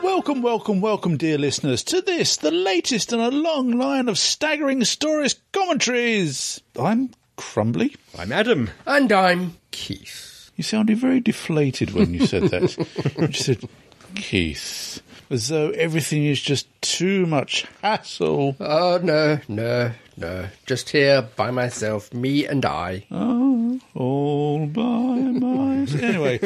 Welcome, welcome, welcome, dear listeners, to this, the latest in a long line of staggering stories commentaries. I'm Crumbly. I'm Adam. And I'm. Keith. You sounded very deflated when you said that. you said, Keith, as though everything is just too much hassle. Oh, no, no, no. Just here by myself, me and I. Oh, all by myself. Anyway,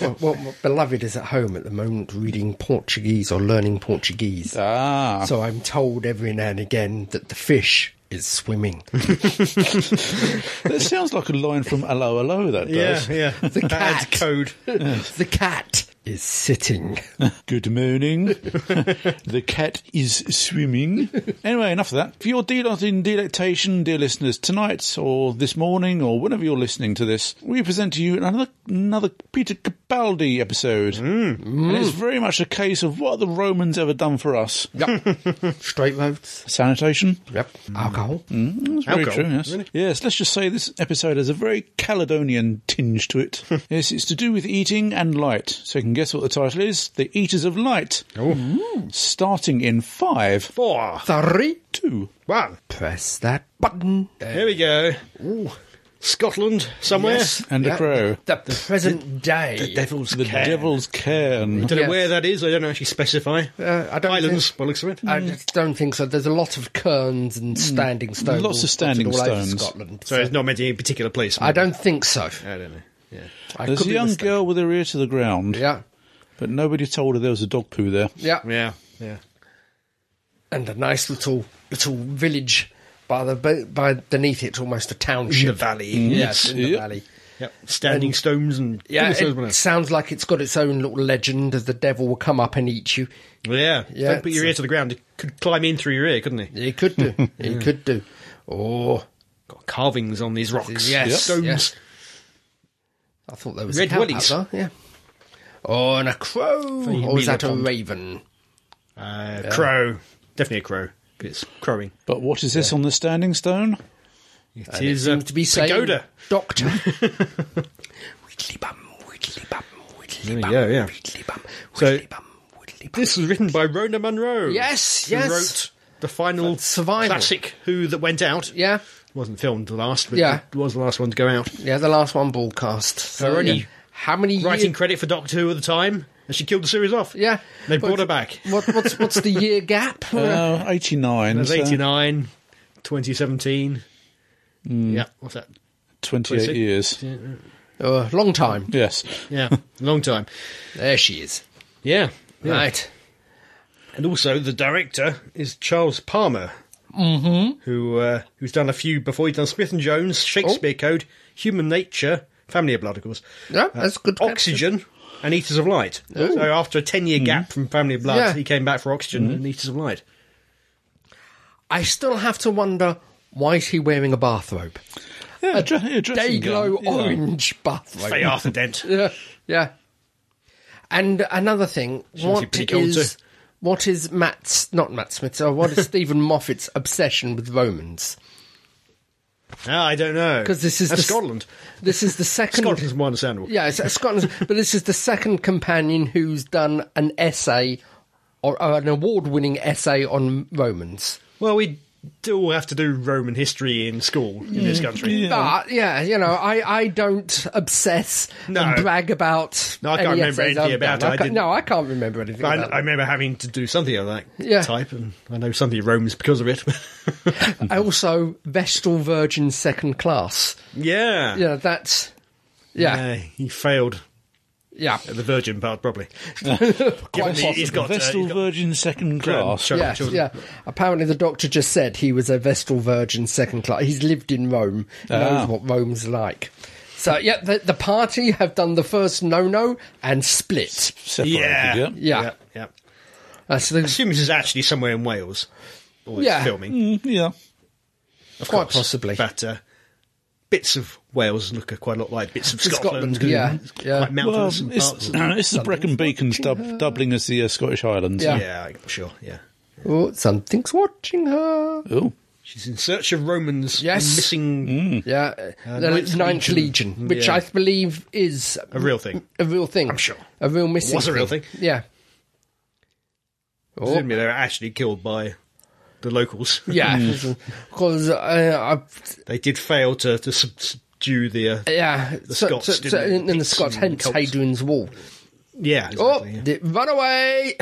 Well, well, my beloved is at home at the moment reading Portuguese or learning Portuguese. ah, So I'm told every now and again that the fish is swimming. that sounds like a line from Hello, Hello, that does. yeah. The That adds cat. code. the cat is sitting. Good morning. the cat is swimming. Anyway, enough of that. For your delight in delectation, dear listeners, tonight or this morning or whenever you're listening to this, we present to you another another Peter Capaldi episode. And it's very much a case of what the Romans ever done for us. Straight roads. Sanitation. Yep. Alcohol. That's very Alcohol, true, yes. Yes, let's just say this episode has a very Caledonian tinge to it. yes, it's to do with eating and light. So you can guess what the title is The Eaters of Light. Mm. Starting in five, Four. Three. two. One. Press that button. Here we go. Scotland, somewhere. And a Yeah. crow. The present day. Devil's The Devil's Cairn. Don't know Yes. where that is. I don't actually specify. Uh, I don't Islands, by the looks of it. I just don't think so. There's a lot of kerns and standing stones. Lots of all- standing all over stones. Scotland. So it's not meant to be a particular place. I don't think so. I don't know. Yeah. I There's a could be young mistaken. girl with her ear to the ground, Yeah, but nobody told her there was a dog poo there. yeah, Yeah. Yeah. and a nice little little village by the bo- by beneath it, almost a township. In the valley. Yes, in the Yep. valley. Yep. Standing stones and Yeah, Goodness knows what it else. sounds like it's got its own little legend of the devil will come up and eat you. yeah. Yeah, Don't put your it's- ear to the ground. It could climb in through your ear, couldn't it? It could do. It could do. Oh, Got carvings on these rocks. Yes, Yep. Stones. yes. I thought there was Red a cow willies. out there. Yeah. Oh, and a crow. you Or mean is that a a pond. raven? Uh, Crow. Definitely a crow. 'cause It's crowing. But what is this on the standing stone? It is Seems a to be saying, pagoda. Doctor. widdly bum, widdly bum, widdly bum, Yeah, yeah. widdly bum, So- widdly bum, widdly bum. This was written by Rona Munro. Yes, who yes. wrote the final Survival. classic Who that went out. Yeah, wasn't filmed the last, but Yeah. it was the last one to go out. yeah, the last one broadcast. So, Her only yeah. How many Writing years? credit for Doctor Who at the time, and she killed the series off. Yeah. they brought What- her back. What, what's, what's the year gap? Uh, 89. It was so 89, 2017. Mm. Yeah, what's that? 28 26. years. Uh, long time. Yes. Yeah, long time. There she is. Yeah, yeah. Right. And also, the director is Charles Palmer, mm-hmm. who uh, who's done a few before. He's done Smith and Jones, Oh. Shakespeare Code, Human Nature, Family of Blood, of course. Yeah, that's good. Uh, Oxygen and Eaters of Light. So after a ten-year Hmm. gap from Family of Blood, Yeah. he came back for Oxygen Hmm. and Eaters of Light. I still have to wonder why is he wearing a bathrobe? Yeah, A dre- yeah, dressing gown, Dayglow yeah. orange bathrobe. They are the dent. yeah, yeah. And another thing, must be what pretty cool is too. what is Matt's not Matt Smith? Or what is Stephen Moffat's obsession with Romans? Ah, I don't know. Because this is That's the, Scotland. This is the second. Scotland's more understandable. Yeah, it's, it's Scotland. but this is the second companion who's done an essay or, or an award-winning essay on Romans. Well, we do all have to do Roman history in school in this country. But yeah, you know, I, I don't obsess No. and brag about. No, I can't any remember essays anything I've about done. it. I I can't- didn't- no, I can't remember anything. I, about I remember having to do something of that Yeah. type, and I know something of Rome's because of it. it. Also, Vestal Virgin Second Class. yeah. Yeah, that's. Yeah, Uh, he failed yeah, at the virgin part, probably. Given he- he's got, uh, Vestal he's got Virgin second grand class. children- yeah, children. yeah. Apparently, the doctor just said he was a Vestal Virgin second class. He's lived in Rome, Ah. knows what Rome's like. So, yeah, the, the party have done the first no-no and split. Uh, Separated, Yeah. yeah. Yeah, Yeah, yeah. that's the, Assume this is actually somewhere in Wales. Or it's Yeah. filming. Mm, yeah. of quite course. possibly. But uh, bits of Wales look quite a lot like bits of Scotland. Scotland, yeah, It's yeah. Quite Well, mountainous it's, and parts. of- Ah, it's the Brecon Beacons dub, doubling as the uh, Scottish Highlands. Yeah. yeah, I'm sure. Yeah, oh, something's watching her. Ooh. she's in search of Romans. Yes. and missing Mm. Yeah, the Ninth Ninth, Uh, Legion. Legion, which Yeah. I believe is a real thing. a real thing. I'm sure. a real missing. Was a real thing. Yeah, Oh. Presumably they were actually killed by the locals. Yeah, Hmm. because uh, I, they did fail to, to subdue the. Uh, yeah, so, Scots so, so, didn't and then the kick Scots, some hence Celts. Hadrian's Wall. yeah. Oh, Exactly, yeah. the- run away!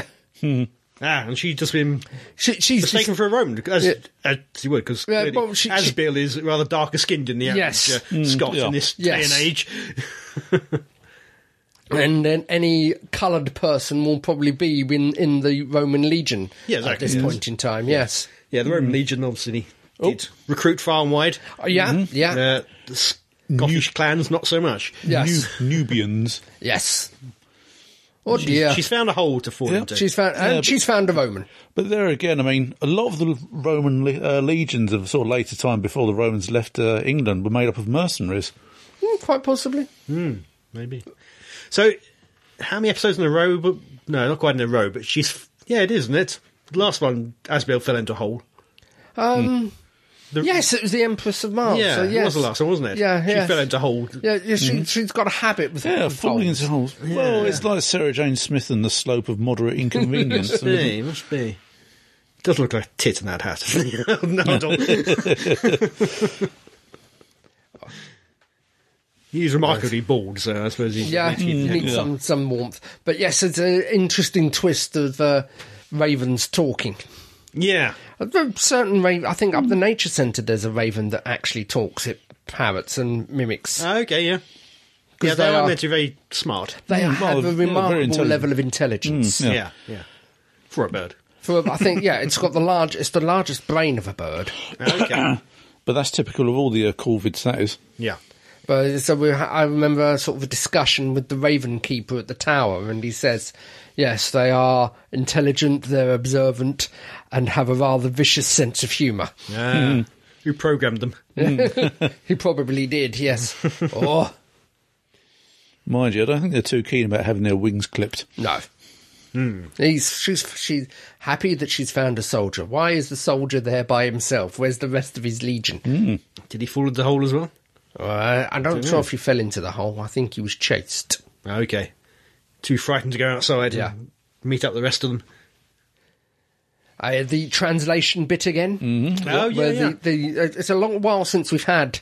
Ah, and she'd just been She, she's mistaken just, for a Roman, as, Yeah. as you would, because Yeah, well, she- she- Asbiel is rather darker skinned than the average Yes. uh, Scot Mm. yeah. in this Yes. day and age. and then any coloured person will probably be in in the Roman legion Yeah, at exactly, this yes. point in time. Yes, Yeah, the Hmm. Roman Legion obviously did recruit far and wide. Oh, yeah, Oh. yeah, Uh, the Scottish clans, not so much. yes, Nu- Nubians. yes. Oh dear, She's found a hole to fall Yeah. into. she's found and but- she's found a Roman. But there again, I mean, a lot of the Roman le- uh, legions of sort of later time before the Romans left uh, England were made up of mercenaries. Hmm, quite possibly. Maybe. So, how many episodes in a row? But No, not quite in a row, but she's. Yeah, it is, isn't it? The last one, Asbiel fell into a hole. Um, Hmm. The- yes, it was the Empress of Mars. Yeah, Oh, so it yes. was the last one, wasn't it? Yeah, She yes. fell into Mm-hmm. a hole. Yeah, yeah she, she's got a habit with Yeah, with falling holes. into holes. well, it's like Sarah Jane Smith and the slope of moderate inconvenience. I mean, Yeah, it must be. Does look like a tit in that hat. no, I don't. He's remarkably bald, so I suppose he's Yeah, you need Yeah. some some warmth. But yes, it's an interesting twist of uh, ravens talking. yeah. A certain raven, I think up the nature centre, there's a raven that actually talks. It parrots and mimics. Ah, okay, yeah. Yeah, they they are- are meant to be very smart. they Mm, well, have yeah, a very remarkable intelligent. Hmm, level of intelligence. Yeah. Yeah. yeah, For a bird. For, I think, yeah, it's got the large, it's the largest brain of a bird. Okay. But that's typical of all the uh, Corvids, that is. yeah. But so we, I remember sort of a discussion with the Raven Keeper at the tower, and he says, "Yes, they are intelligent, they're observant, and have a rather vicious sense of humour." Ah, Who programmed them? he probably did, yes. or Mind you, I don't think they're too keen about having their wings clipped. no. He's she's she's happy that she's found a soldier. Why is the soldier there by himself? Where's the rest of his legion? Did he fall into the hole as well? Uh, I'm not sure if he fell into the hole. I think he was chased. Okay. Too frightened to go outside Yeah. and meet up the rest of them. Uh, the translation bit again. Oh, yeah, Where yeah. The, the, uh, it's a long while since we've had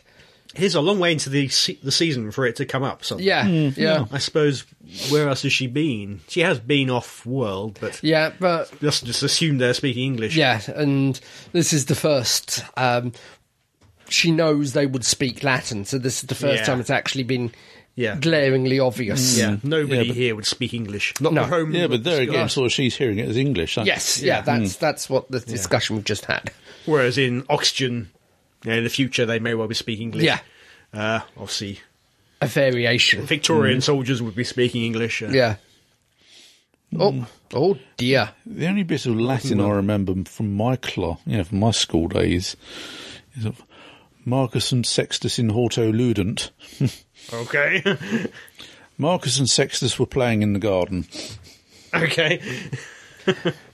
It is a long way into the se- the season for it to come up. So Yeah, yeah, I suppose where else has she been? She has been off world, but yeah, but let's just assume they're speaking English. yeah, and this is the first. Um, she knows they would speak Latin, so this is the first Yeah. time it's actually been Yeah. Hmm. glaringly obvious. Yeah, Mm. nobody Yeah, but- here would speak English. Not No. the home. Yeah, but there again, Scots. sort of she's hearing it as English. so- Yes, yeah, that's that's what the discussion we've just had. Whereas in Oxygen, you know, in the future, they may well be speaking English. Yeah. Uh, obviously, A variation. Victorian soldiers would be speaking English. uh, Mm. Yeah. Oh, oh dear. The only bit of Latin I remember from my class, you know, from my school days, is of Marcus and Sextus in Horto Ludent. Okay. Marcus and Sextus were playing in the garden. okay.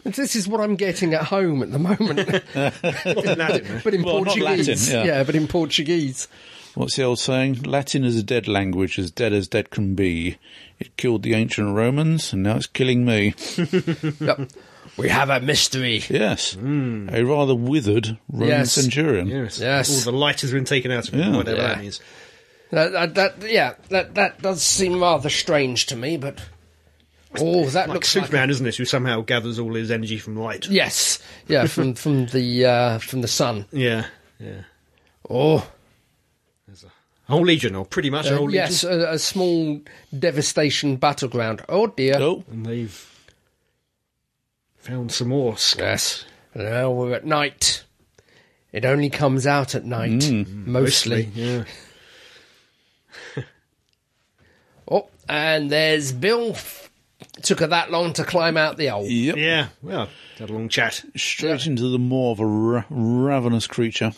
This is what I'm getting at home at the moment, Not in Latin. but in Well, not Portuguese. Latin, yeah. but in Portuguese. What's the old saying? Latin is a dead language, as dead as dead can be. It killed the ancient Romans, and now it's killing me. Yep. We have a mystery. Yes, a rather withered Roman Yes. centurion. Yes. Yes. All the light has been taken out of it, Yeah. whatever Yeah. that means. That, that, that- yeah, that that does seem rather strange to me, but oh, that Like looks Superman, Like isn't it? Who somehow gathers all his energy from light. a- yes, yeah, from from the uh, from the sun. Yeah. Yeah. Oh, A whole legion, or pretty much a whole legion. Uh, yes, a, a small devastation battleground. Oh dear. Oh, And they've found some more. Scots. Yes. Now we're at night. It only comes out at night, Hmm. mostly. Yeah. Oh, and there's Bill. F- Took her that long to climb out the hole. yep. Yeah. Well, had a long chat. Straight into the maw of a ra- ravenous creature.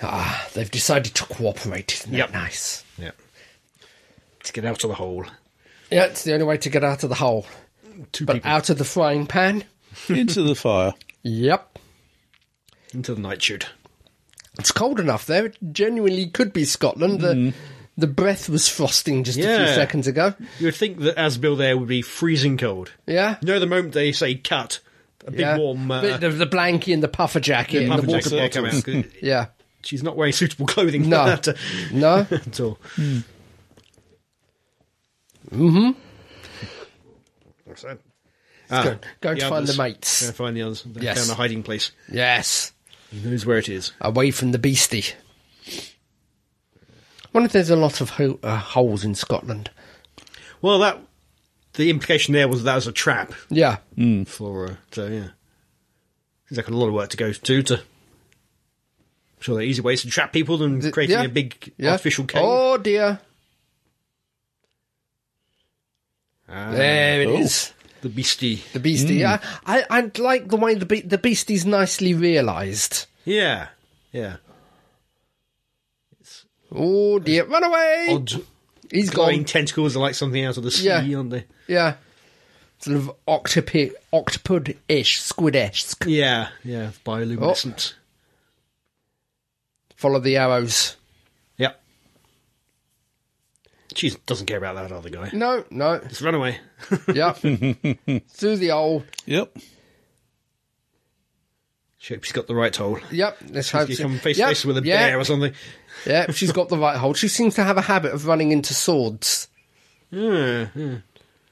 Ah, they've decided to cooperate. Isn't that Yep. nice? Yeah. To get out of the hole. Yeah, it's the only way to get out of the hole. Two But people out of the frying pan? into the fire. Yep. into the nightshade. It's cold enough there. It genuinely could be Scotland. The, The breath was frosting just a few Hmm. Yeah. seconds ago. You'd think that Asbill there would be freezing cold. Yeah. You know, the moment they say cut, a big yeah. warm uh, Bit of the blankie and the puffer jacket and puffer the water jacket there come out. bottles. Yeah. She's not wearing suitable clothing for No. that uh, No. at all. Hmm. Mm-hmm. What's that? Ah, Go- go to find the others. mates. Go find the others. They Yes. Mm-hmm. found a hiding place. Yes. He knows where it is. Away from the beastie. I wonder if there's a lot of ho- uh, holes in Scotland. Well, that the implication there was that was a trap Yeah. for. Uh, so yeah, seems like a lot of work to go to. To I'm sure, there are easier ways to trap people than Th- creating yeah. a big yeah. artificial cave. Oh dear. Ah, There it is. Oh. the beastie. The beastie. Mm. Yeah. I, I like the way the, be- the beastie's nicely realised. Yeah, yeah. Oh dear. Run away. Odd He's glowing gone. tentacles are like something out of the sea, Yeah. aren't they? Yeah. Sort of octopi- octopud-ish, squid-ish. Yeah, yeah. Oh. Bioluminescent. Follow the arrows. Yep. She doesn't care about that other guy. No, no. Just run away. Yeah. Through the hole. Yep. She hopes she's got the right hole. Yep. Let's hope You so. come face to Yep, face with a yeah, bear or something. Yeah, she's got the right hold. She seems to have a habit of running into swords. Yeah, yeah.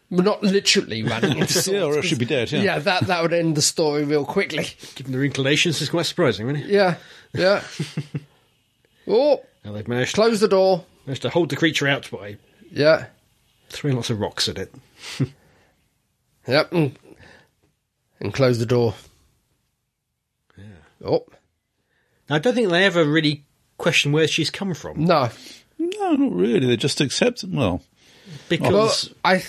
Well, not literally running into swords. Yeah, or it should be dead. Yeah. Yeah, that, that would end the story real quickly. Given their inclinations, it's quite surprising, really. Yeah, yeah. oh, Now they've managed, close the door. managed to hold the creature out by Yeah, throwing lots of rocks at it. yep. mm. And close the door. Oh, Now, I don't think they ever really question where she's come from no. No, not really. They just accept. Well, Well, because I.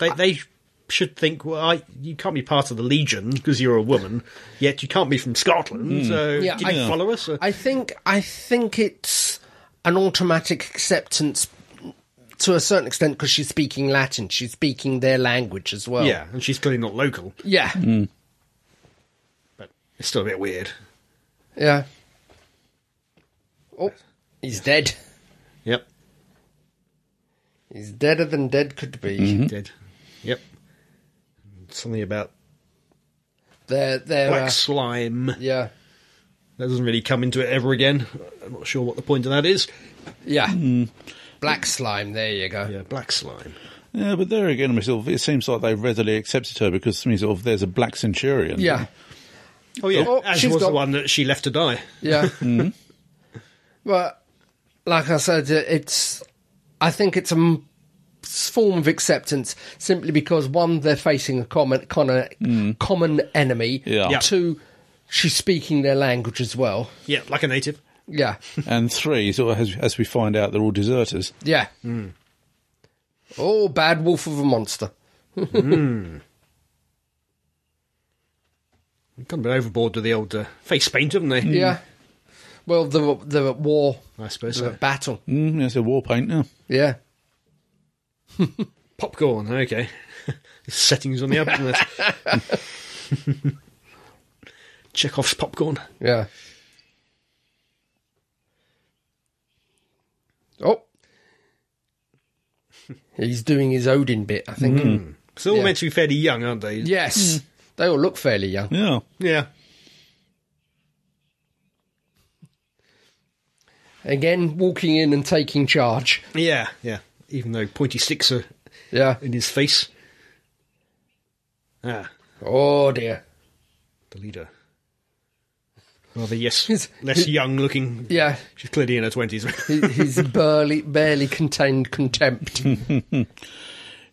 they, they should think, well, I, you can't be part of the Legion because you're a woman, yet you can't be from Scotland, so Hmm. Yeah, did I- you follow us? Or- I think I think it's an automatic acceptance to a certain extent because she's speaking Latin. She's speaking their language as well. yeah, and she's clearly not local, Yeah. but it's still a bit weird. Yeah. Oh, he's dead. Yep. He's deader than dead could be. Dead. Yep. Something about They're they're black uh, slime. yeah That doesn't really come into it ever again. I'm not sure what the point of that is. yeah black slime. There you go. Yeah, black slime. yeah, but there again, I mean, sort of, it seems like they readily accepted her because I mean, sort of, there's a black centurion. Yeah. Oh yeah, Oh, as she's was got- the one that she left to die. Yeah. But like I said, it- it's. I think it's a m- form of acceptance simply because one, they're facing a common common, common enemy. Yeah. Yeah. Two, she's speaking their language as well. Yeah, like a native. Yeah. And three, sort of, as, as we find out, they're all deserters. Yeah. Oh, bad wolf of a monster. They've gone a bit overboard with the old uh, face paint, haven't they? Yeah. Well, they're they're at war. I suppose They're so. at battle. Mm, yeah, so war paint. Yeah. Yeah. Popcorn. Okay. Settings on the oven. Chekhov's popcorn. Yeah. Oh. He's doing his Odin bit, I think. So they're all Yeah. meant to be fairly young, aren't they? Yes. They all look fairly young. Yeah. Yeah. Again, walking in and taking charge. Yeah. Yeah. Even though pointy sticks are Yeah. in his face. Ah, Oh dear. the leader. Rather, yes, He's- less young looking. Yeah. She's clearly in her 20s. He- He's barely barely contained contempt.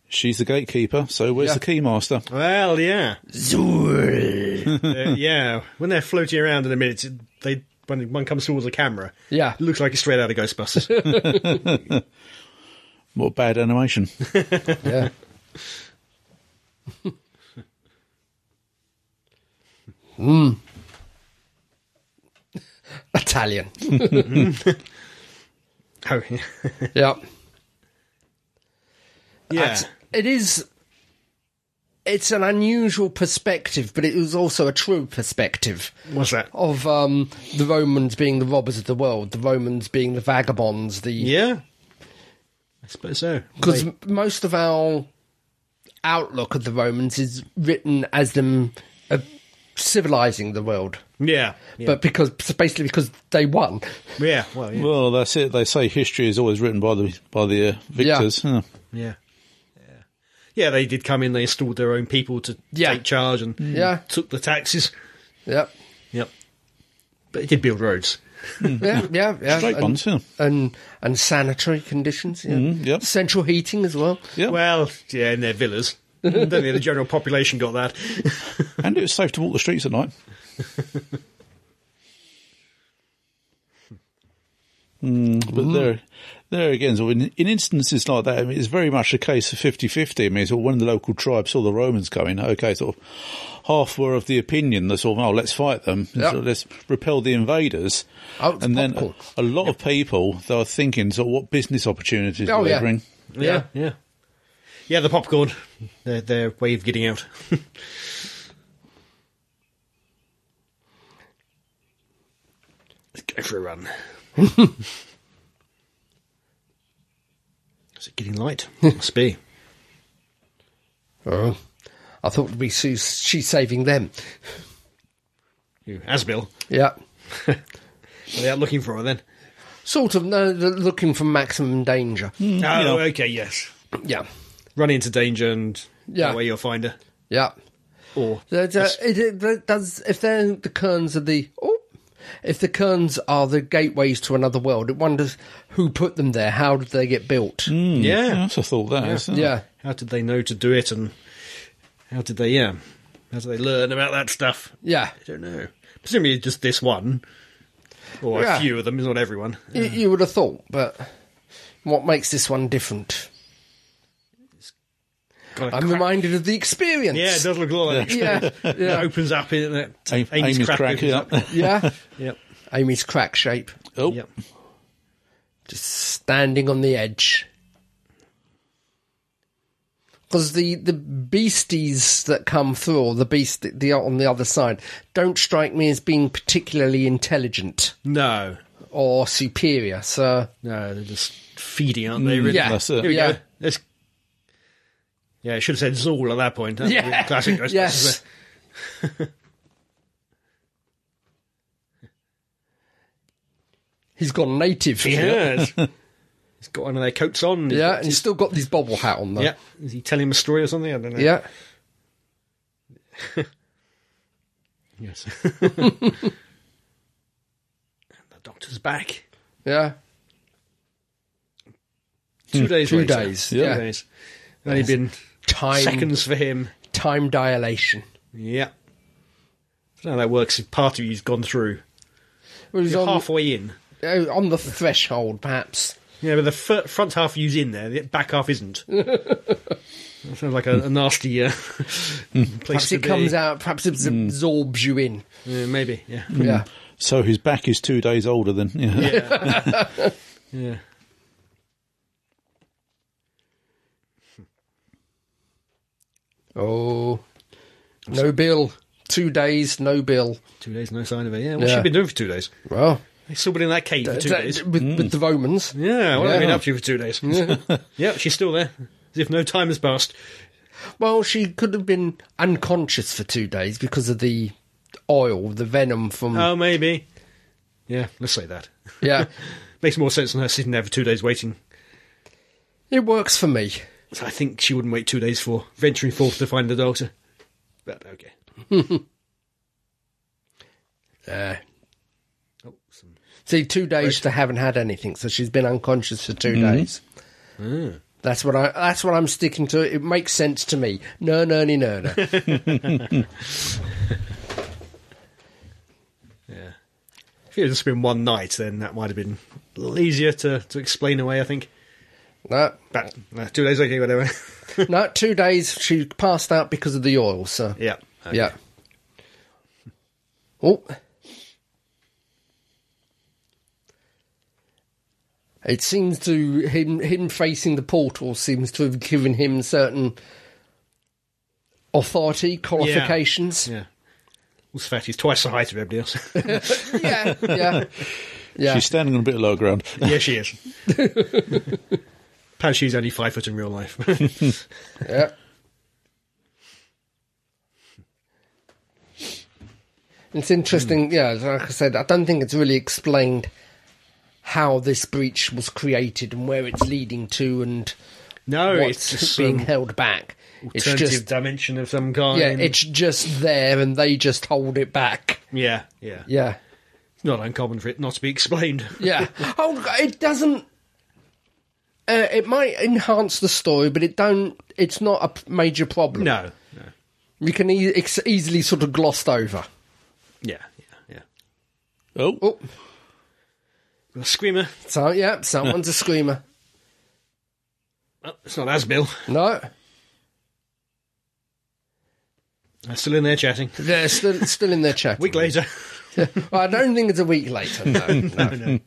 She's the gatekeeper, so where's Yeah. the keymaster? well, yeah. Zul. Uh, yeah. When they're floating around in a minute, they when one comes towards the camera, Yeah. it looks like it's straight out of Ghostbusters. What bad animation. Yeah. Mm. Italian. oh, yeah. yeah. yeah. That's- It is. It's an unusual perspective, but it was also a true perspective What's that? of um, the Romans being the robbers of the world, the Romans being the vagabonds, the Yeah. I suppose so. because They- most of our outlook of the Romans is written as them uh, civilizing the world, yeah, yeah, but because basically because they won, yeah, well, yeah, Well, that's it. They say history is always written by the by the uh, victors. huh. yeah, yeah, yeah. They did come in. They installed their own people to Yeah. take charge and Yeah. took the taxes. yeah, Yep, but it did build roads. yeah, yeah, yeah, Hmm. Straight and, ones, yeah. Mm-hmm, and and sanitary conditions, yeah. yeah. central heating as well. Yeah. Well, yeah, in their villas. I don't think the general population got that. and it was safe to walk the streets at night. Mm, but there, there again, so in, in instances like that, I mean, it's very much a case of 50-50. I mean, so when the local tribe saw the Romans coming, okay, sort of half were of the opinion that sort of, oh, let's fight them, Yeah. so let's repel the invaders. Oh, it's and then uh, a, popcorn. a lot of people, they were thinking, so what business opportunities Oh, do they yeah. bring? Yeah. yeah. Yeah, the popcorn. Their, their way of getting out. Let's go for a run. Is it getting light? Must be. Oh, I thought we see she's saving them. You, Asbill. Yeah. Are they out looking for her then? Sort of no, they're looking for maximum danger. Oh, yeah. okay, yes. Yeah, Run into danger and Yeah. that way you'll find her. yeah. Or That, uh, it, it, that does if they're the kerns of the oh, if the kerns are the gateways to another world, it wonders who put them there. How did they get built? yeah. Yeah, that's a thought that is, isn't it? Yeah, How did they know to do it and how did they, yeah, how did they learn about that stuff? yeah. I don't know. Presumably just this one. Or Yeah. a few of them, not everyone. You, you would have thought, but what makes this one different? Got a I'm crack- reminded of the experience. Yeah, it does look a lot like yeah. Yeah, It yeah, opens up in it. Aim, aim is crack, opens yeah. up. yeah. Yep. Amy's crack shape, Oh, Yep. just standing on the edge. Because the, the beasties that come through, or the beast that- the, on the other side, don't strike me as being particularly intelligent No. or superior. So No, they're just feeding, aren't they? Really? yeah, that's it. Here we yeah. go. Let's- yeah, I should have said Zool at that point. huh? Yeah. Classic Ghostbusters. Yes. He's gone native. Yes. He's got one of their coats on. He's Yeah, got- and he's still got his bobble hat on though. Yeah. Is he telling him a story or something? I don't know. Yeah. Yes. and the doctor's back. Yeah. Two days Hmm. Two later. days. Two Yeah. days. Only been Time seconds for him. time dilation. Yeah. I don't know how that works if part of you's gone through. Well, he's You're on, halfway in. uh, on the threshold, perhaps. Yeah, but the f- front half of you's in there, the back half isn't. that sounds like a, a nasty uh, place Hmm. Perhaps to it comes be. out. Perhaps it Hmm. absorbs you in. Yeah, maybe, yeah. Yeah. So his back is two days older than. Yeah. Yeah. yeah. Oh, no bill. Two days, no bill. Two days, no sign of it. Yeah, what's Yeah. she been doing for two days? Well, They still been in that cave for two that- days. with, with the Romans. Yeah, well, Yeah. I've been up to you for two days. yeah, she's still there. As if no time has passed. Well, she could have been unconscious for two days because of the oil, the venom from. Oh, maybe. Yeah, let's say that. Yeah, Makes more sense than her sitting there for two days waiting. it works for me. which I think she wouldn't wait two days for, venturing forth to find the doctor. But okay. Yeah. Oh, some... See, two days they haven't had anything, so she's been unconscious for 2 days. Ah. That's what I. That's what I'm sticking to. It makes sense to me. No, no, no, no, no. If it had just been one night, then that might have been a little easier to, to explain away, I think. no, But uh, two days, okay, whatever. no. Two days she passed out because of the oil. So yeah. Okay. yeah. Oh, it seems to him. Him facing the portal seems to have given him certain authority qualifications. Yeah. Also, fact, he's twice the height of everybody else. yeah, yeah, yeah. She's standing on a bit of lower ground. yeah, she is. Panshy's only five foot in real life. Yeah. It's interesting, Hmm. yeah, like I said, I don't think it's really explained how this breach was created and where it's leading to and no, what's Oh, it's just being some held back. It's alternative just dimension of some kind. yeah, it's just there and they just hold it back. yeah, yeah. Yeah. It's not uncommon for it not to be explained. Yeah. oh, it doesn't. Uh, it might enhance the story, but it don't. It's not a p- major problem. no, no. you can e- it's easily sort of glossed over. Yeah, yeah, yeah. Oh, Oh, Well, Screamer. so yeah, someone's a screamer. Well, Oh, it's not Asbill. No, They're still in there chatting. they're still still in their chat. Week later. Well, I don't think it's a week later. No, no.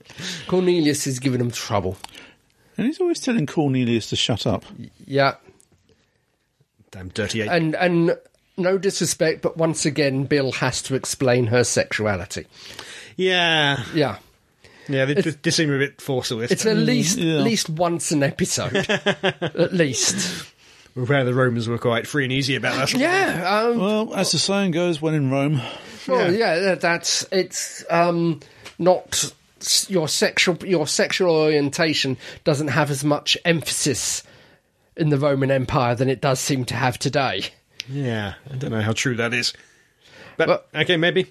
Cornelius is giving them trouble. and he's always telling Cornelius to shut up. Yeah, Damn dirty ape. and and no disrespect, but once again, Bill has to explain her sexuality. yeah. Yeah, Yeah, they, they, they seem a bit forceful this it's time. at least yeah. at least once an episode, at least. Where the Romans were quite free and easy about that. Yeah, um, Well, as the saying goes, when in Rome, well, yeah. that that's it's um, not s- your sexual your sexual orientation doesn't have as much emphasis in the Roman Empire than it does seem to have today. Yeah, I don't know how true that is. But, Well- okay, maybe.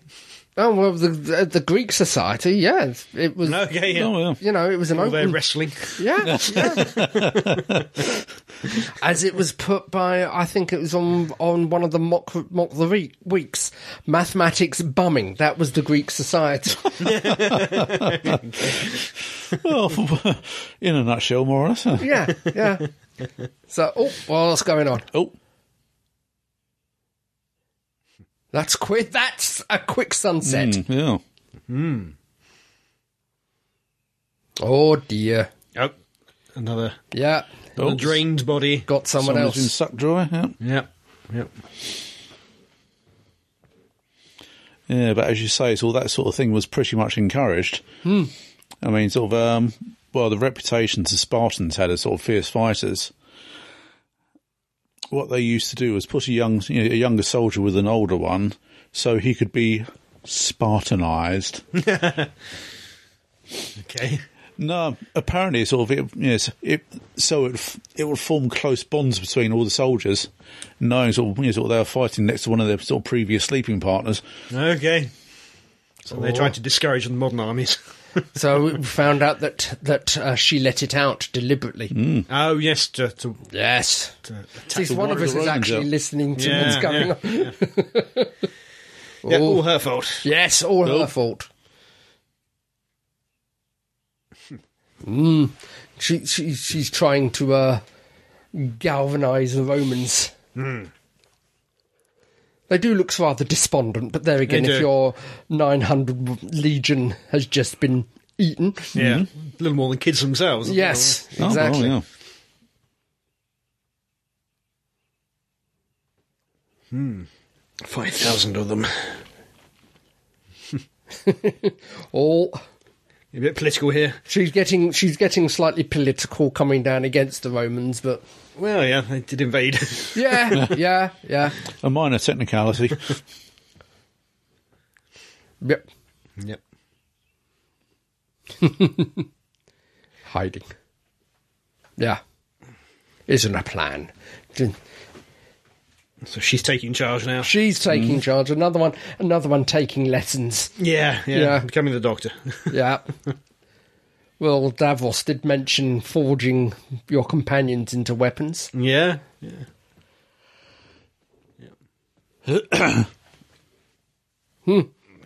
Oh well, the the, the Greek society, yeah, it was Okay, yeah. oh well. you know it was an Well, they're open wrestling. yeah, yeah. as it was put by I think it was on on one of the mock mock the Re- weeks mathematics bumming that was the Greek society. well, in a nutshell, more or less. huh? Yeah, yeah. So, oh, well, what's going on? Oh, That's quick. That's a quick sunset. mm, yeah. Oh dear. Oh, another Yeah, Oh, a drained body. got someone someone's been else. sucked dry. Yeah. Yep, yep. Yeah, but as you say, so that sort of thing was pretty much encouraged. I mean, sort of, um, well, the reputations the Spartans had as sort of fierce fighters. What they used to do was put a young, you know, a younger soldier with an older one, so he could be Spartanized. Okay. no, apparently, it's sort of, it, yes, it so it f- it would form close bonds between all the soldiers, knowing sort of, you know, sort of they were fighting next to one of their sort of previous sleeping partners. Okay. So they tried to discourage the modern armies. So we found out that that uh, she let it out deliberately. Hmm. oh, yes, to, to, Yes. to attack See, the one of war us of the is Romans, actually yeah. listening to Yeah, what's going yeah. on. Yeah, Oh. all her fault. Yes, all her Nope. fault. Hmm. Mm. She, she she's trying to uh, galvanise the Romans. Hmm. They do look rather despondent, but there again, They if do. your 900 legion has just been eaten, Yeah, Mm-hmm. a little more than kids themselves. yes, Oh, well, exactly. yeah. Five thousand of them. All A bit political here. she's getting she's getting slightly political, coming down against the Romans, but Well, yeah, they did invade. yeah, yeah, yeah, A minor technicality. yep, yep. hiding. Yeah. Isn't a plan. So she's taking charge now. She's taking charge. Another one another one taking lessons. Yeah, yeah, Yeah. becoming the doctor. Yeah. well, Davos did mention forging your companions into weapons. yeah, yeah. Hmm.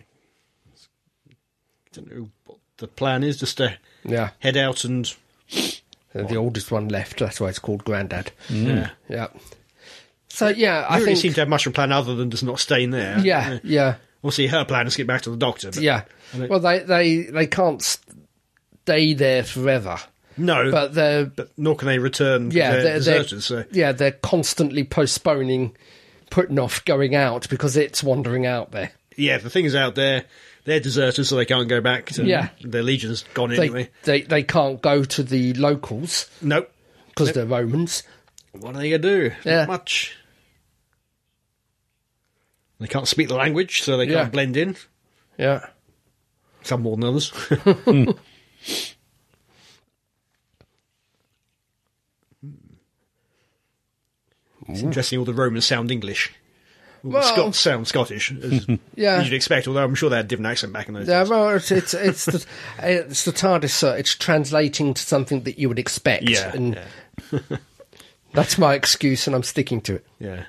Don't know what the plan is. Just to Yeah. head out and They're The oldest one left, that's why it's called Grandad. yeah. Yeah. So yeah, I Mm. I don't Mm. really think seem to have much of a plan other than just not staying there. yeah, yeah. Obviously, her plan is to get back to the doctor. But Yeah. Well, they they they can't stay there forever. No, but, But they're nor can they return. 'cause yeah, they're, they're, they're- deserters. so. yeah, they're constantly postponing, putting off going out because it's wandering out there. Yeah, the thing is out there, they're deserters, so they can't go back. To, Yeah. Their legion's gone They, anyway. they they can't go to the locals. Nope. because they're Romans. What are they going to do? Yeah. Not much. They can't speak the language, so they Yeah. can't blend in. Yeah. Some more than others. Hmm. it's interesting, all the Romans sound English. All Well- the Scots sound Scottish, as Yeah. you'd expect, although I'm sure they had a different accent back in those Yeah, days. well, it's it's, it's the it's the TARDIS search translating to something that you would expect, Yeah, and yeah. that's my excuse, and I'm sticking to it. yeah.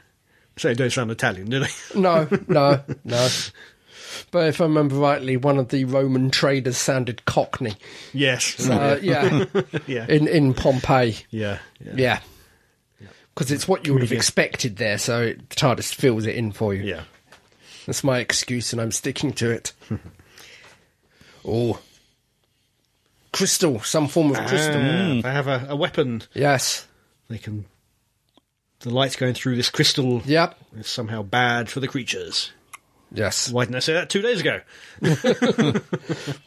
So they don't sound Italian, do they? No, no, no. But if I remember rightly, one of the Roman traders sounded Cockney. yes. Uh, yeah, yeah. in in Pompeii. yeah. Yeah. Yeah, because it's what you would have Comedian. expected there, so it, the TARDIS fills it in for you. Yeah. That's my excuse, and I'm sticking to it. oh, crystal, some form of crystal. Ah, They have a, a weapon. Yes. They can. The light's going through this crystal. Yep. It's somehow bad for the creatures. Yes. Why didn't I say that two days ago?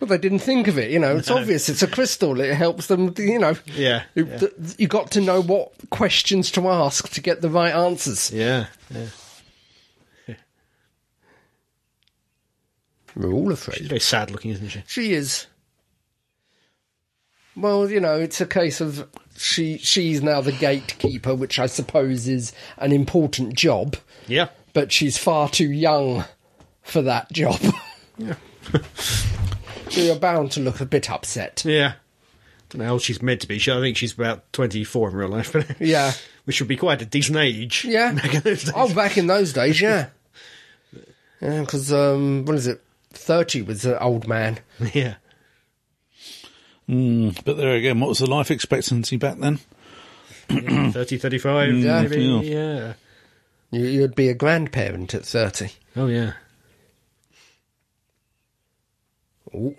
Well, they didn't think of it. You know, it's obvious. It's a crystal. It helps them. You know. Yeah, You, yeah. th- you got to know what questions to ask to get the right answers. Yeah. yeah. We're all She's afraid. very sad looking, isn't she? She is. Well, you know, it's a case of she. She's now the gatekeeper, which I suppose is an important job, Yeah. but she's far too young for that job. Yeah. so you're bound to look a bit upset. Yeah. Don't know how old she's meant to be. She, I think she's about 24 in real life, but Yeah. which would be quite a decent age. Yeah. Back in those days. Oh, back in those days, yeah. Yeah, because um, what is it? Thirty was an old man. Yeah. But there again, what was the life expectancy back then? 30, 35, Yeah. Yeah. maybe. Mm, Yeah. You, you'd be a grandparent at thirty. Oh, yeah. Ooh.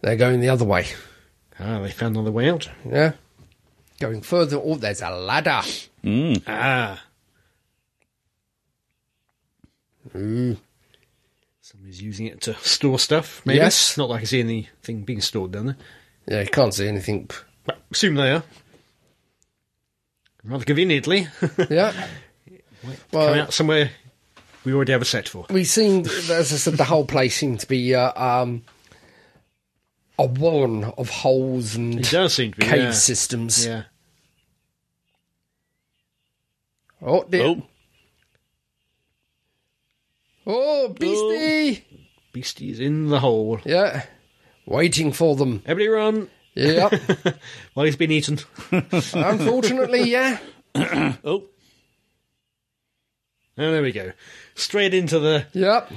They're going the other way. Ah, they found another way out. Yeah, going further. Oh, there's a ladder. Ah. Somebody's using it to store stuff, maybe. Yes. Not like I see anything being stored down there. Yeah, you can't see anything. But assume they are. Rather conveniently, Yeah. come Well, out somewhere we already have a set for. we seem, as I said, the whole place seemed to be uh, um, a warren of holes and It does seem to be. cave yeah. systems. Yeah. Oh, dear. Oh, oh, Oh, beastie! Beastie's in the hole. Yeah, waiting for them. Everybody run Yep. while he's been eaten. Unfortunately, yeah. oh, Oh, there we go. Straight into the Yep.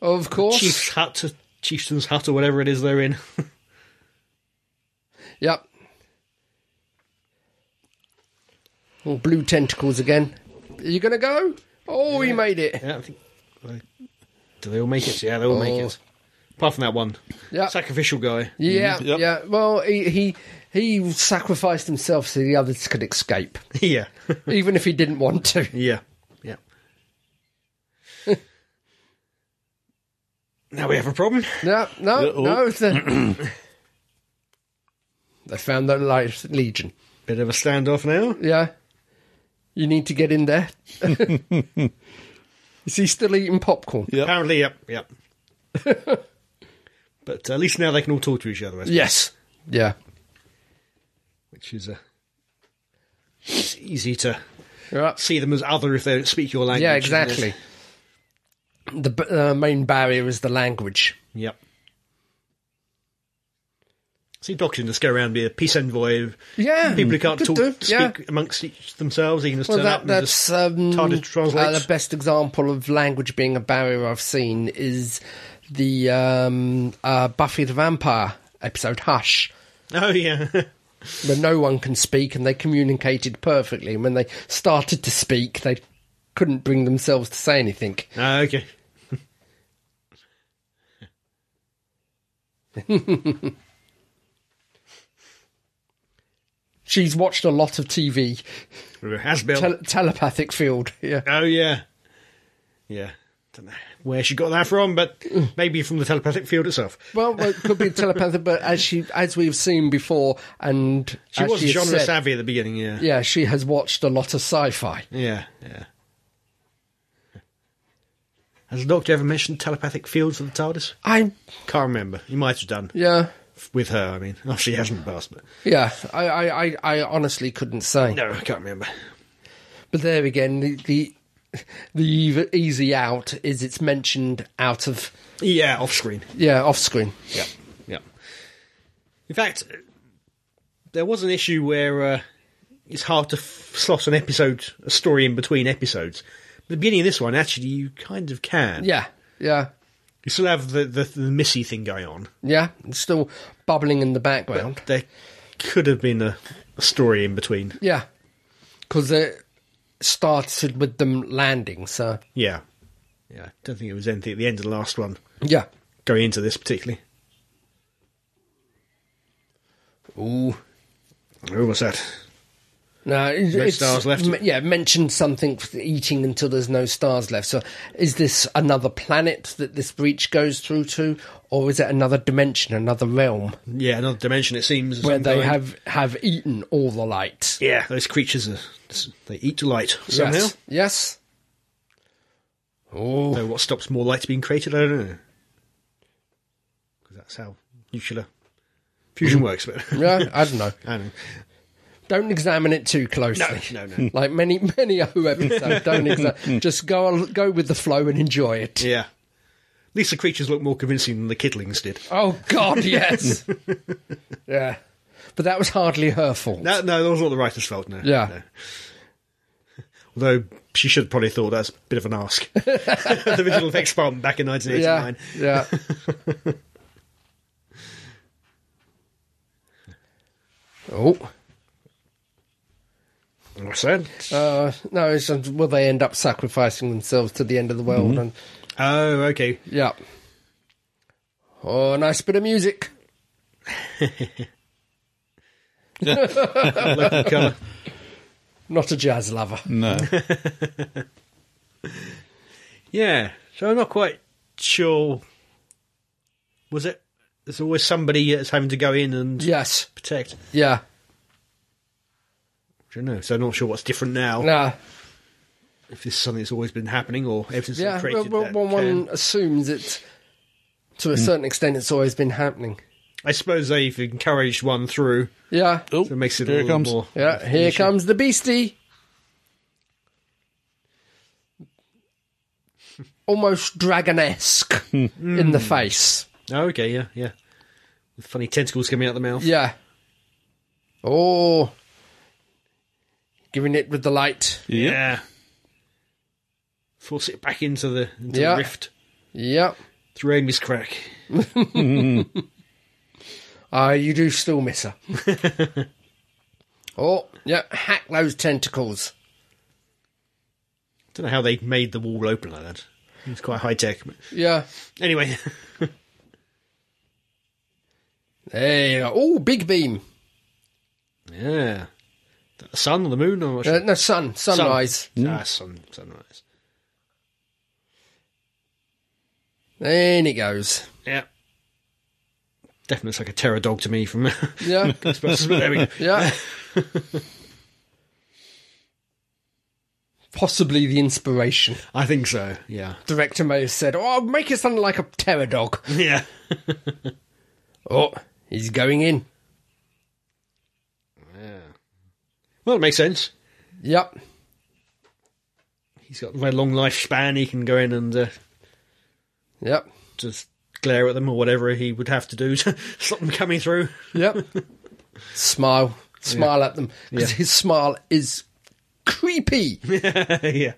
Of course. chief's hut, chieftain's hut, or whatever it is they're in. Yep. Oh, blue tentacles again. Are you going to go? Oh, we made it. yeah, I think. Do they all make it? Yeah, they all make Oh. it. Apart from that one. Yeah. Sacrificial guy. Yeah, Yep. yeah. Well, he, he he sacrificed himself so the others could escape, yeah. even if he didn't want to. yeah. Yeah. now we have a problem. No, no, Uh-oh. no. it's the- they found the light legion. Bit of a standoff now. Yeah, you need to get in there. Is he still eating popcorn? Yep. Apparently, yep, yep. but at least now they can all talk to each other, I suppose, Yes. Yeah. which is uh, it's easy to Right. see them as other if they don't speak your language. Yeah, isn't it? exactly. The b- uh, main barrier is the language. Yep. See, Doctor can just go around and be a peace envoy. of Yeah, People who can't Hmm. could talk, do, speak yeah. amongst each themselves, they can just Well, turn up that, and that's just um, TARDIS uh, translates. the best example of language being a barrier I've seen is the um, uh, Buffy the Vampire episode Hush, oh, yeah. where no one can speak and they communicated perfectly. And when they started to speak, they couldn't bring themselves to say anything. Ah, okay. She's watched a lot of TV, Hasbell. Tele telepathic field. Yeah, oh, yeah. Yeah. don't know where she got that from, but Mm. maybe from the telepathic field itself. Well, well, it could be telepathic, but as she, as we've seen before, and She as was has genre said- savvy at the beginning, yeah. Yeah, she has watched a lot of sci-fi. Yeah, yeah. Has the Doctor ever mentioned telepathic fields of the TARDIS? I, Can't remember. He might have done. yeah, With her, I mean. Oh, she hasn't passed, but. yeah. I, I, I, I honestly couldn't say. No, I can't remember. But there again, the the, the ev- easy out is it's mentioned out of Yeah, off screen. yeah off screen. Yeah, yeah. In fact, there was an issue where uh, it's hard to f- slot an episode, a story in between episodes. The beginning of this one, actually, you kind of can. Yeah, yeah, You still have the, the, the Missy thing going on. yeah. It's still bubbling in the background. There could have been a, a story in between. Yeah, because it started with them landing. So Yeah. Yeah, I don't think it was anything at the end of the last one, yeah. going into this particularly. Ooh. What was that? No, it- No it's, stars left. m- yeah, mentioned something for eating until there's no stars left. So, is this another planet that this breach goes through to, or is it another dimension, another realm Yeah, another dimension, it seems. of where some they kind. have have eaten all the light? Yeah, those creatures, are, they eat light somehow. Yes. Yes. Oh, So what stops more light being created? I don't know. Because that's how nuclear fusion works. But yeah. I don't know. I don't know. Don't examine it too closely. No, no, no. Like many, many who episodes, don't exa- just go al- go with the flow and enjoy it. yeah. At least the creatures look more convincing than the kidlings did. Oh God, yes, yeah. But that was hardly her fault. No, no, that was not the writer's fault. No, Yeah. no. Although she should have probably thought that's a bit of an ask. the visual effects department back in 1989. Yeah. yeah. oh. What's that? Uh, no, it's just, will they end up sacrificing themselves to the end of the world? Mm-hmm. And Oh, okay. Yeah. Oh, nice bit of music. Local colour. Not a jazz lover. No. Yeah. So I'm not quite sure. Was it? There's always somebody that's having to go in and Yes. protect. Yeah. don't know. So I'm not sure what's different now. Nah. If this is something that's always been happening or ever since they Yeah. Well, created well, that Mm. one, one term. assumes it's to a certain extent it's always been happening. I suppose they've encouraged one through, Yeah. Oh, so it makes it here a it little comes. more. Yeah. Here comes the beastie. Almost dragonesque in the face. Oh, okay, yeah, yeah. With funny tentacles coming out the mouth. Yeah. Oh. Giving it with the light. Yeah. Force it back into the, into Yeah. the rift Yep. through Amy's crack. Ah, you do still miss her. oh, yeah. Hack those tentacles. Don't know how they made the wall open like that. It's quite high tech. But Yeah. anyway, There you go. Oh, big beam. yeah. The sun, the moon, or Uh, no, sun. Sunrise. Ah, sun, sunrise. In it goes. Yeah. Definitely looks like a terror dog to me from Yeah. Ghostbusters, but there we go. Yeah. Possibly the inspiration. I think so. Yeah. Director may have said, Oh, make it sound like a terror dog. Yeah. Oh, he's going in. Well, it makes sense. Yep. He's got a very long lifespan. He can go in and uh, Yep. just glare at them or whatever he would have to do to stop them coming through. Yep. smile. Smile at them. Because Yeah. his smile is creepy. yeah.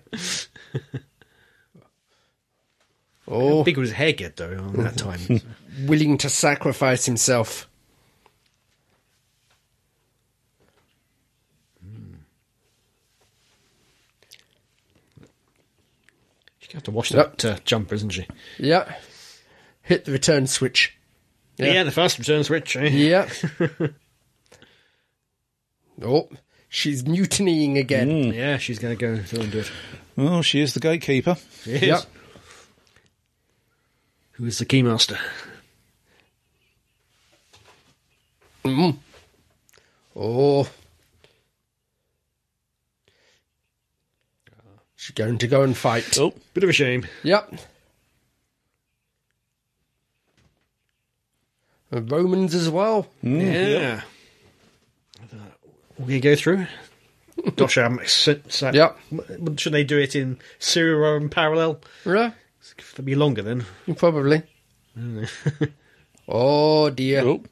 Oh, Big was his hair get though on that time. willing to sacrifice himself. She have to wash Yep. that uh, jumper, isn't she? Yep. Hit the return switch. Yeah. Yeah, the fast return switch. Eh? Yep. oh, she's mutinying again. Yeah, she's going to go through and do it. Oh, Mm. Well, she is the gatekeeper. She is. Yep. who is the keymaster. Oh. She's going to go and fight. Oh, Bit of a shame. Yep. The Romans as well. yeah. We go through. Gosh, I'm so, so- Yep. Wouldn't- Should they do it in serial or in parallel? Yeah, It'd be longer then. probably. oh dear. oh.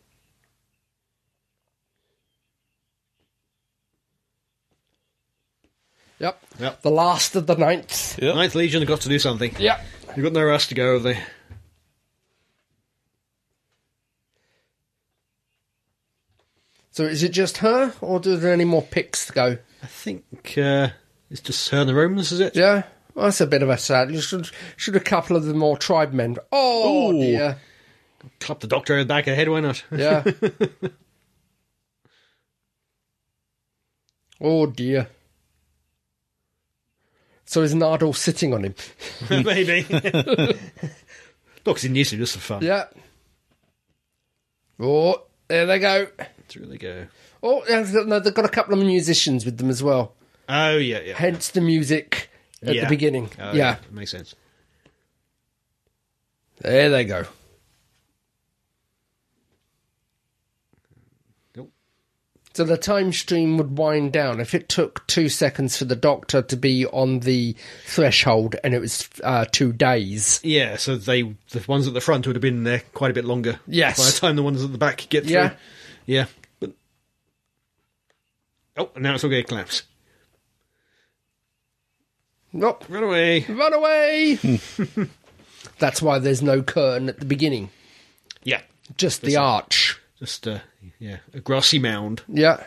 Yep. Yep. The last of the ninth. Yep. Ninth Legion have got to do something. Yep. They've got nowhere else to go, have they? So is it just her, or do there any more picks to go? I think uh, it's just her and the Romans, is it? Yeah. Well, that's a bit of a sad. You should should a couple of the more tribe men. Oh Ooh. dear. Clap the doctor in the back of the head, why not? Yeah. oh dear. So is Nardal sitting on him? Maybe. no, because he needs to just for fun. Yeah. Oh, there they go. Through they go. Oh, yeah, no, they've got a couple of musicians with them as well. Oh, yeah, yeah. Hence the music at Yeah. the beginning. Oh, yeah. Makes sense. There they go. Nope. So the time stream would wind down. If it took two seconds for the doctor to be on the threshold and it was uh, two days. Yeah, so they the ones at the front would have been there quite a bit longer. Yes. By the time the ones at the back get through. Yeah. Yeah. But Oh, now it's all getting collapsed. Nope. Run away. Run away! That's why there's no curtain at the beginning, Yeah. just the arch. Just uh yeah, a grassy mound. Yeah.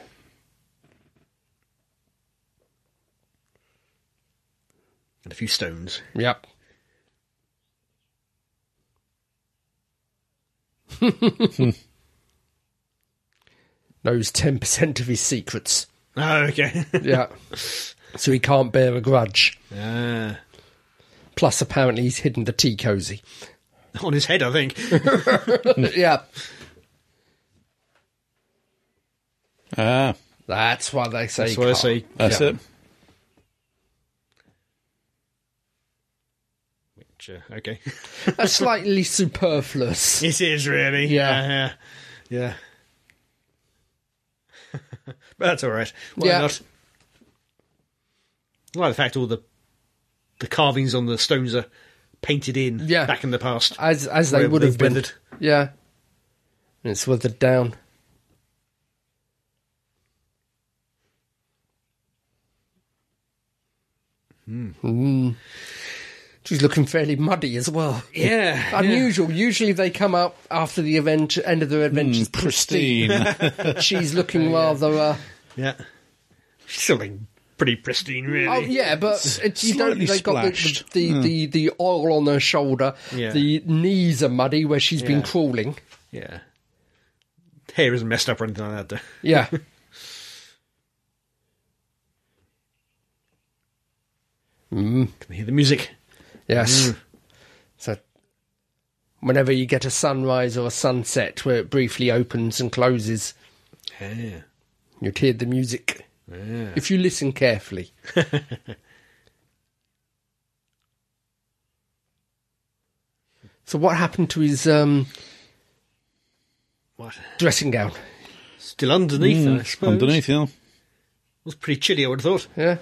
and a few stones. Yep. Knows 10% of his secrets. Oh, okay. Yeah. so he can't bear a grudge. ah, Plus, apparently, he's hidden the tea cozy. on his head, I think. yeah. Ah, That's why they say. That's why I can't. say that's Yeah. it. which, uh, okay. That's slightly superfluous. it is really. Yeah. Yeah. yeah. but that's all right. Why Yeah. not? Well, in fact, all the the carvings on the stones are painted in Yeah. Uh, back in the past. As as they Where would they've have been. withered. Yeah. And it's withered down. Hmm. She's looking fairly muddy as well. Yeah. yeah. Unusual. Usually they come out after the event, end of their adventures pristine. Pristine. but she's looking rather. Uh, Yeah. Still looking pretty pristine, really. oh yeah, but it's, you don't. Slightly They got the splashed. the, the, the the oil on her shoulder. Yeah. The knees are muddy where she's been Yeah. crawling. Yeah. Hair isn't messed up or anything like that. though. Yeah. Can hear the music. Yes. Mm. So, whenever you get a sunrise or a sunset where it briefly opens and closes, Yeah. you'd hear the music Yeah. if you listen carefully. so, what happened to his um, What? dressing gown? Still underneath, I Mm, suppose. underneath, yeah. It was pretty chilly, I would have thought. Yeah,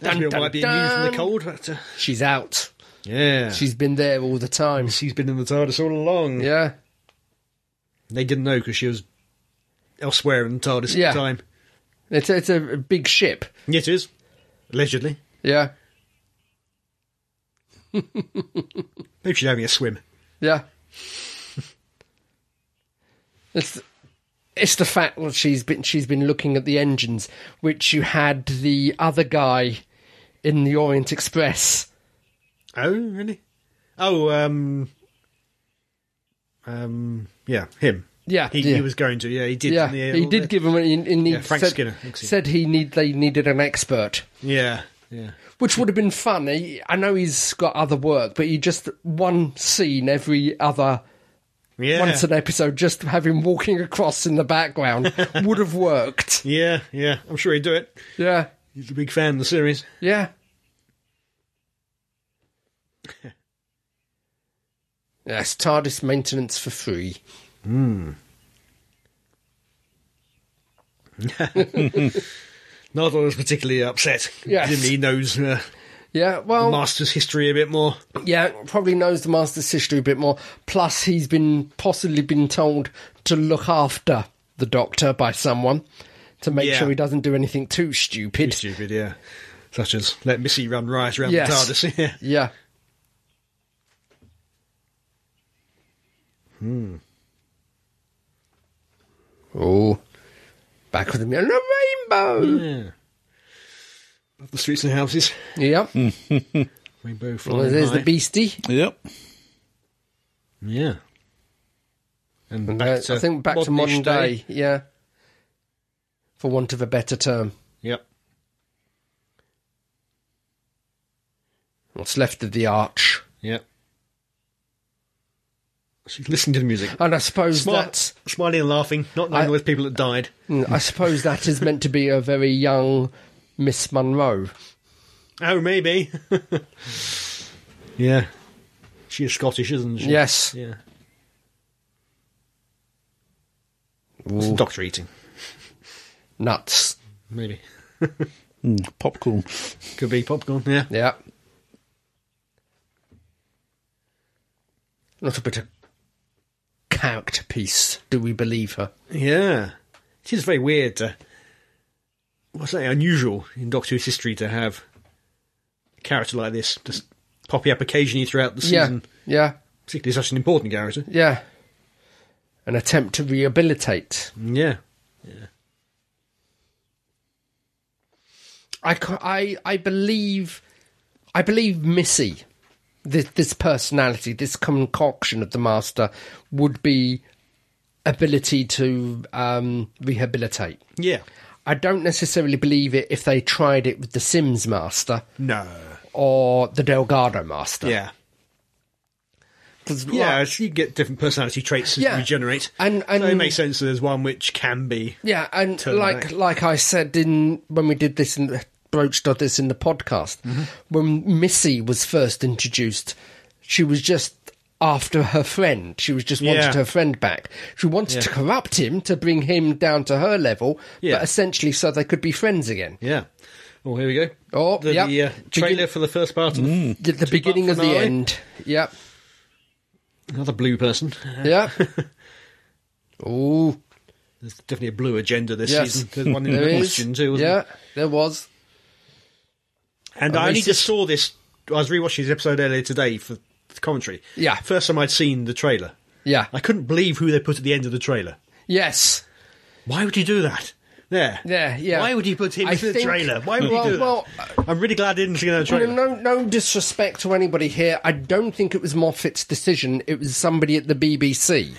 Dun, dun, might be immune from dun. the cold. But, uh, she's out. yeah. She's been there all the time. She's been in the TARDIS all along. Yeah, They didn't know because she was elsewhere in the TARDIS Yeah. at the time. it's a, it's a big ship. It is. Allegedly. Yeah, Maybe she's having a swim. Yeah. it's it's the fact that she's been she's been looking at the engines, which you had the other guy in the Orient Express. Oh, really? Oh, um. Um. Yeah, him. Yeah, He, yeah. he was going to. Yeah, he did. yeah, didn't he All did the- give him. He, he need- Frank said, Skinner, thanks, yeah. said he need they needed an expert. Yeah. Yeah. Which would have been fun. He- I know he's got other work, but he just one scene every other Yeah. once an episode, just have him walking across in the background would have worked. yeah, yeah. I'm sure he'd do it. Yeah, He's a big fan of the series. yeah, yes. TARDIS maintenance for free. Nardole was particularly upset. Yes. Oh. Presumably he knows uh, Yeah, well, Master's history a bit more. yeah, probably knows the Master's history a bit more. Plus, he's been possibly been told to look after the Doctor by someone to make Yeah. sure he doesn't do anything too stupid. Stupid, yeah. Such as let Missy run riot around Yes. the TARDIS. Yeah. Yeah. Hmm. Oh, back of the moon, a rainbow. yeah. The streets and houses. Yep. Hmm. Rainbow Well, flying there's high. the beastie. Yep. Yeah. And And, back uh, to I think back to modern modern-ish day. Yeah. For want of a better term, Yep. what's left of the arch. Yep. She's listening to the music. And I suppose Smart, that's. smiling and laughing, not knowing I- those people that died. mm, I suppose that is meant to be a very young Miss Monroe. Oh, maybe. yeah. She is Scottish, isn't she? Yes. Yeah. What's the doctor eating? Nuts. Maybe. Mm, popcorn. Could be popcorn, yeah. Yeah. Not a bit of character piece. Do we believe her? Yeah. It is very weird to. What's that? Unusual in Doctor Who's history to have a character like this just popping up occasionally throughout the season, Yeah. particularly such an important character. Yeah. Yeah. An attempt to rehabilitate. Yeah. I, ca- I, I believe, I believe Missy, this, this personality, this concoction of the master, would be ability to um, rehabilitate. Yeah. I don't necessarily believe it if they tried it with the Sims master No. or the Delgado master. Yeah. 'Cause, like, Yeah, so you get different personality traits as Yeah. you regenerate. And- and- so it makes sense that there's one which can be. Yeah, and Turn like back. like I said in when we did this in broached on this in the podcast, Mm-hmm. when Missy was first introduced, she was just after her friend. She was just wanted Yeah. her friend back. She wanted to corrupt him to bring him down to her level, Yeah. but essentially so they could be friends again. Yeah. Oh, here we go. Oh, the, yep. the, uh, trailer Begin- for the first part of the The, the beginning of the finale. end. Yep. another blue person. Yeah. oh, There's definitely a blue agenda this Yes. season. There's one in there the is. question too. Wasn't Yeah, there was. And A I only racist- just saw this. I was rewatching this episode earlier today for the commentary. Yeah. First time I'd seen the trailer. Yeah. I couldn't believe who they put at the end of the trailer. Yes. Why would you do that? There. Yeah, yeah. Why would you put him I in the think- trailer? Why would well, you do that? well, I'm really glad I didn't see another trailer. No, no, no disrespect to anybody here. I don't think it was Moffat's decision. It was somebody at the BBC.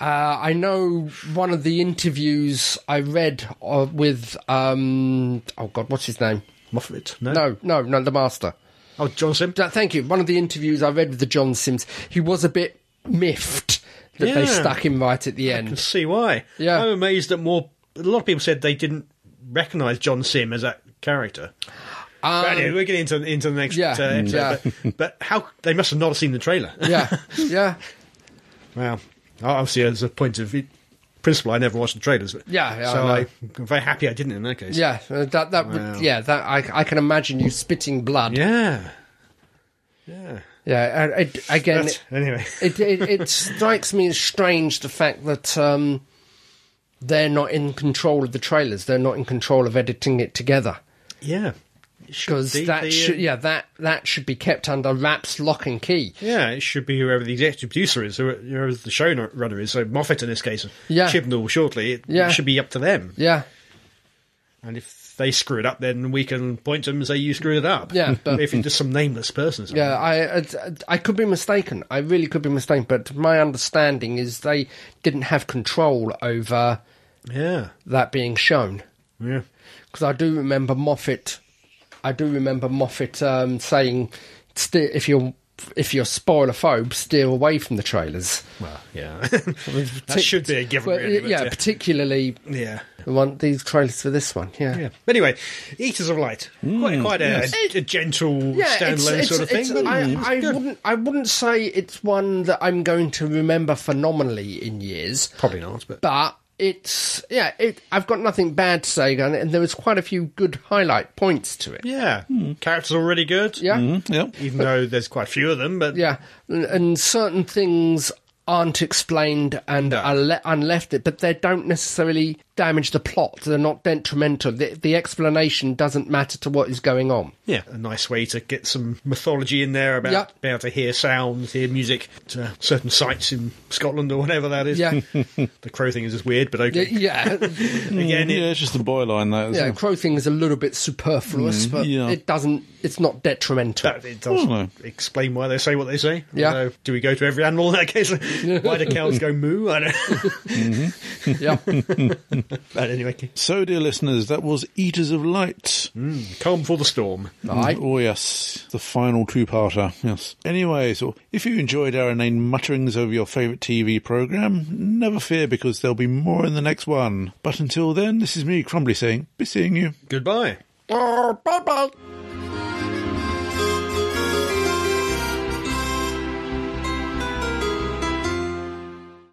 Uh, I know one of the interviews I read uh, with. Um, oh God, what's his name? Moffat. No. No, no, no, the master. Oh, John Sim. Th- Thank you. One of the interviews I read with the John Sims, he was a bit miffed that they Yeah. stuck him right at the can end. see why. Yeah. I'm amazed that more. A lot of people said they didn't recognise John Sim as that character. but anyway, we're getting into, into the next Um, yeah, uh, episode. yeah. But, but how they must have not seen the trailer. Yeah, yeah, Wow. Obviously, as a point of principle, I never watched the trailers. But Yeah, yeah, so I know. I, am very happy I didn't in that case. yeah. Uh, That that would- Wow. yeah. That I I can imagine you spitting blood. Yeah. Yeah. Yeah. and it, again, But anyway. it, it it strikes me as strange the fact that um, they're not in control of the trailers. They're not in control of editing it together Yeah. because be that the, should uh, yeah that that should be kept under wraps, lock and key. Yeah, it should be whoever the executive producer is, who- whoever the show runner is. So Moffat in this case, and Yeah. Chibnall shortly. It, Yeah. it should be up to them. Yeah, And if they screw it up, then we can point to them and say you screwed it up. Yeah, but- But if it's just some nameless person. or something. yeah. Uh, I it's- I could be mistaken. I really could be mistaken. But my understanding is they didn't have control over Yeah. that being shown. Yeah. because I do remember Moffat I do remember Moffat um, saying, "Steer- if you're if you're spoiler phobe, steer away from the trailers. Well, yeah. that should be a given, Well, really. but, uh, yeah, particularly yeah. the one these trailers for this one. Yeah, Yeah. Anyway, Eaters of Light. quite quite a, a gentle it's- standalone it's- sort of thing. it's- but mm, I, it's I good. wouldn't. I wouldn't say it's one that I'm going to remember phenomenally in years, Probably not, but but it's yeah. It, I've got nothing bad to say on it, and there was quite a few good highlight points to it. yeah, characters are really good. Yeah, Mm, yep. even though there's quite a few of them, but yeah, and, and certain things aren't explained and No. are, le- and left it, but they don't necessarily damage the plot. They're not detrimental. The, the explanation doesn't matter to what is going on. yeah, a nice way to get some mythology in there about Yeah. being able to hear sounds, hear music to certain sites in Scotland or whatever that is. Yeah. the crow thing is just weird, but okay. Yeah, Again, it- yeah, it's just the byline, that. Yeah, isn't it? crow thing is a little bit superfluous, but yeah. it doesn't. It's not detrimental. that it doesn't Oh, no. explain why they say what they say. Yeah. Although, do we go to every animal in that case? why do cows go moo? I don't know. yeah, but anyway, So, dear listeners, that was Eaters of Light. calm before the storm. Aye. Oh, yes. The final two-parter, yes. Anyway, so if you enjoyed our inane mutterings over your favourite TV programme, never fear because there'll be more in the next one. But until then, this is me, Crumbly, saying, be seeing you. Goodbye. Oh, bye bye.